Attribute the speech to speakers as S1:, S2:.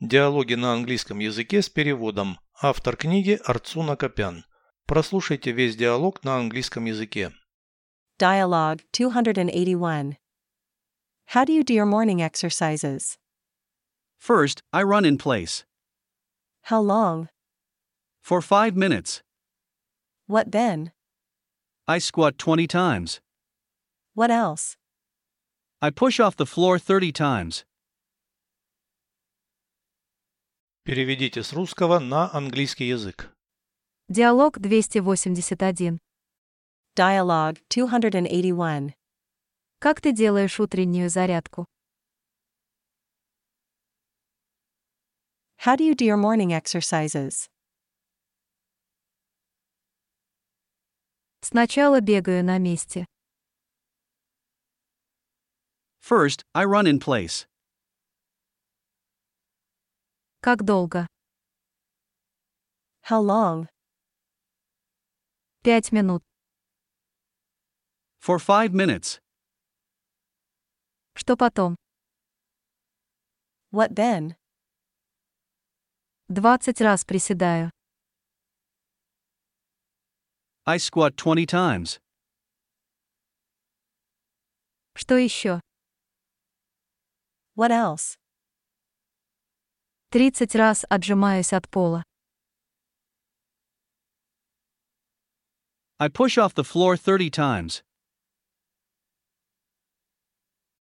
S1: Диалоги на английском языке с переводом. Автор книги Арцуна Копян. Прослушайте весь диалог на английском языке.
S2: Dialogue 281. How do you do your morning exercises?
S3: First, I run in place.
S2: How long?
S3: For 5 minutes,
S2: What then?
S3: I squat 20 times.
S2: What else?
S3: I push off the floor 30 times.
S1: Переведите с русского на английский язык.
S4: Диалог 281.
S2: Dialogue 281.
S4: Как ты делаешь утреннюю зарядку?
S2: How do you do your morning exercises?
S4: Сначала бегаю на месте.
S3: First, I run in place.
S4: Как долго?
S2: How long?
S4: 5 минут.
S3: For 5 minutes,
S4: Что потом?
S2: What then?
S4: 20 раз приседаю.
S3: I squat 20 times.
S4: Что еще?
S2: What else?
S4: 30 раз отжимаюсь от пола.
S3: I push off the floor 30 times.